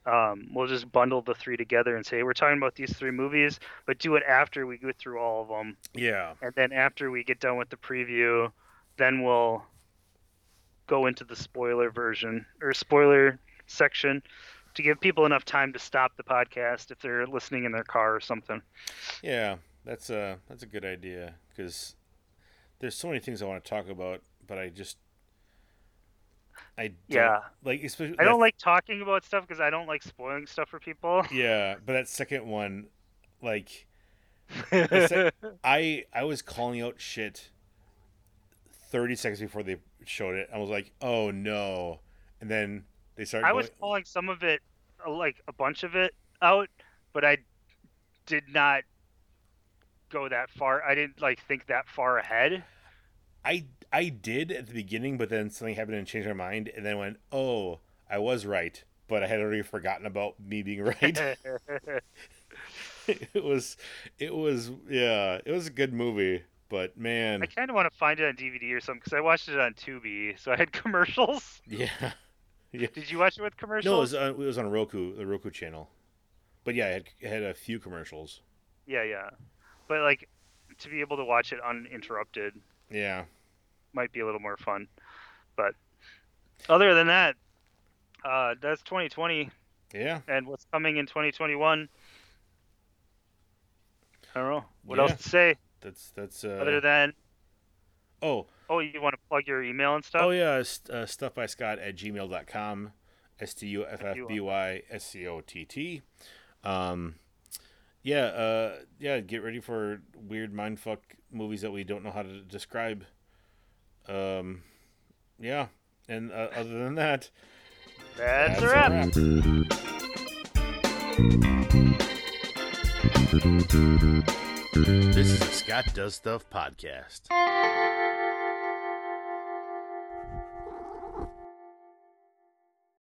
Speaker 2: Um, we'll just bundle the three together and say we're talking about these three movies, but do it after we go through all of them,
Speaker 1: yeah
Speaker 2: and then after we get done with the preview, then we'll go into the spoiler version or spoiler section to give people enough time to stop the podcast if they're listening in their car or something.
Speaker 1: Yeah, that's a that's a good idea because there's so many things I want to talk about, but I just I don't,
Speaker 2: Yeah.
Speaker 1: like especially
Speaker 2: I don't
Speaker 1: that-
Speaker 2: like talking about stuff because I don't like spoiling stuff for people.
Speaker 1: yeah, but that second one, like
Speaker 2: yeah,
Speaker 1: I I was calling out shit thirty seconds before they showed it. I was like, oh no, and then they started.
Speaker 2: I
Speaker 1: going,
Speaker 2: was calling some of it, uh, like a bunch of it, out, but I did not go that far. I didn't like think that far ahead.
Speaker 1: I I did at the beginning, but then something happened and changed my mind, and then went, oh, I was right, but I had already forgotten about me being right. it was, it was, yeah, it was a good movie, but man,
Speaker 2: I kind of want to find it on DVD or something because I watched it on Tubi, so I had commercials.
Speaker 1: yeah,
Speaker 2: Did you watch it with
Speaker 1: no, it
Speaker 2: commercials?
Speaker 1: was on, it was on Roku, the Roku channel, but yeah, it had, it had a few commercials.
Speaker 2: Yeah, yeah. But like to be able to watch it uninterrupted
Speaker 1: Yeah,
Speaker 2: might be a little more fun. But other than that, uh, that's 2020
Speaker 1: yeah.
Speaker 2: and what's coming in 2021. I don't know what else
Speaker 1: Yeah.
Speaker 2: to say
Speaker 1: That's that's uh,
Speaker 2: other than
Speaker 1: oh
Speaker 2: oh, you want to plug your email and stuff?
Speaker 1: oh yeah st- uh, stuff by scott at gmail.com s-t-u-f-f-b-y-s-c-o-t-t um yeah uh yeah get ready for weird mindfuck movies that we don't know how to describe um yeah and uh, other than that
Speaker 2: That's a wrap.
Speaker 1: wrap. this is a scott does stuff podcast